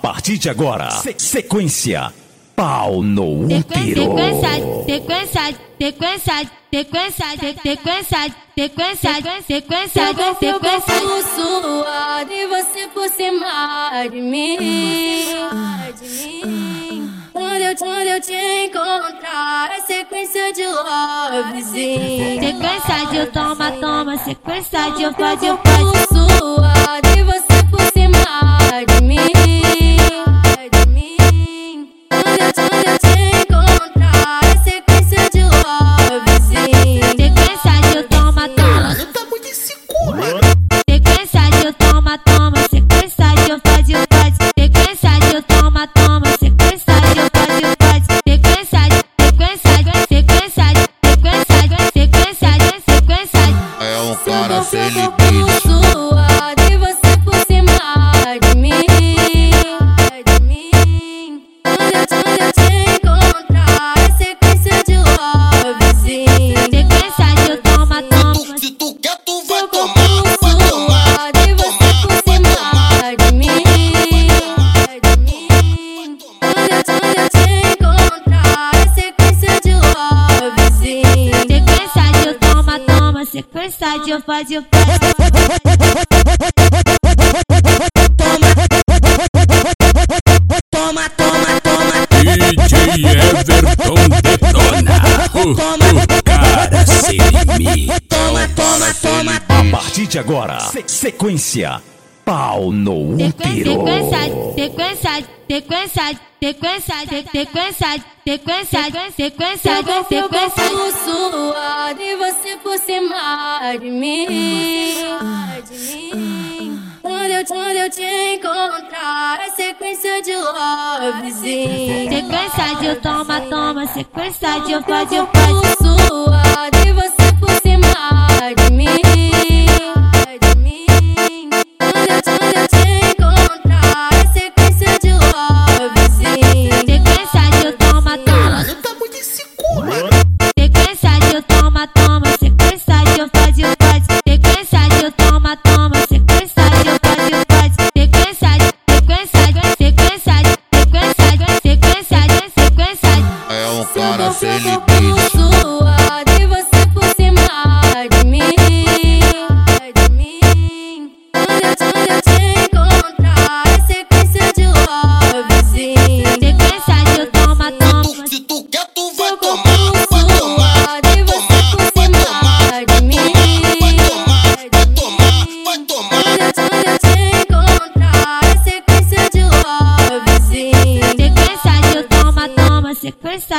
partir de agora, se- sequência Pau no Útero. sequência, sequência, sequência, sequência, sequência, sequência, sequência. por suor e você por cima de mim. Quando eu, quando eu te encontrar, é sequência de lovezinho. Sequência de toma, toma, sequência de eu pode, eu Por pode. suor e você por cima de mim. Quando eu, quando eu te encontrar, é sequência de lovezinho. Sequência de toma, toma, sequência de toma, toma, sequência de eu pode, eu pode. Sequência de toma, toma, sequência de eu pode, eu pode. Sequência, sequência, sequência, sequência, sequência, sequência. É um Seu cara sem corpo limite. suado e você por cima de mim. Quando eu- quando eu te encontrar, é sequência de lovezinho. Sequência de toma, toma. Se tu quer, tu vai Seu corpo tomar, vai tomar, suado e vai você tomar, por vai tomar. cima de mim. Quando eu- quando eu te encontrar, é sequência de lovezinho. Sequência de toma, toma. Sequência de pode, pode. Toma, toma, toma, DJ Everton detona. O, o cara sem limite. toma, toma, toma, A partir de agora, se- sequência Pau no Sequência, Útero. sequência, sequência, sequência, sequência, sequência, sequência, Seu sequência. corpo suado e você por cima de mim. Quando eu, quando eu te encontrar, é sequência de lovezinho. Sequência de toma, toma. Sequência de pode, Seu pode. corpo suado e você por cima de mim. Quando eu, quando eu te encontrar, é sequência de lovezinho. Sequência de toma, toma. Sequência de toma, toma. Sequência de pode, pode. Sequência de toma, toma. Sequência de pode, pode. Sequência, sequência, sequência, sequência, sequência, sequência. É um Seu cara corpo sem seu limite. corpo suado e você por cima de mim. Quando eu, quando eu te encontrar, é sequência de lovezinho. Sequência de toma, toma. Tu- Se tu quer, tu vai Seu tomar, corpo vai tomar, suado e vai você por cima tomar, de vai tomar, vai mim. tomar, vai tomar. Quando eu, quando eu te encontrar, é sequência de lovezinho. Sequência de toma, toma. Sequência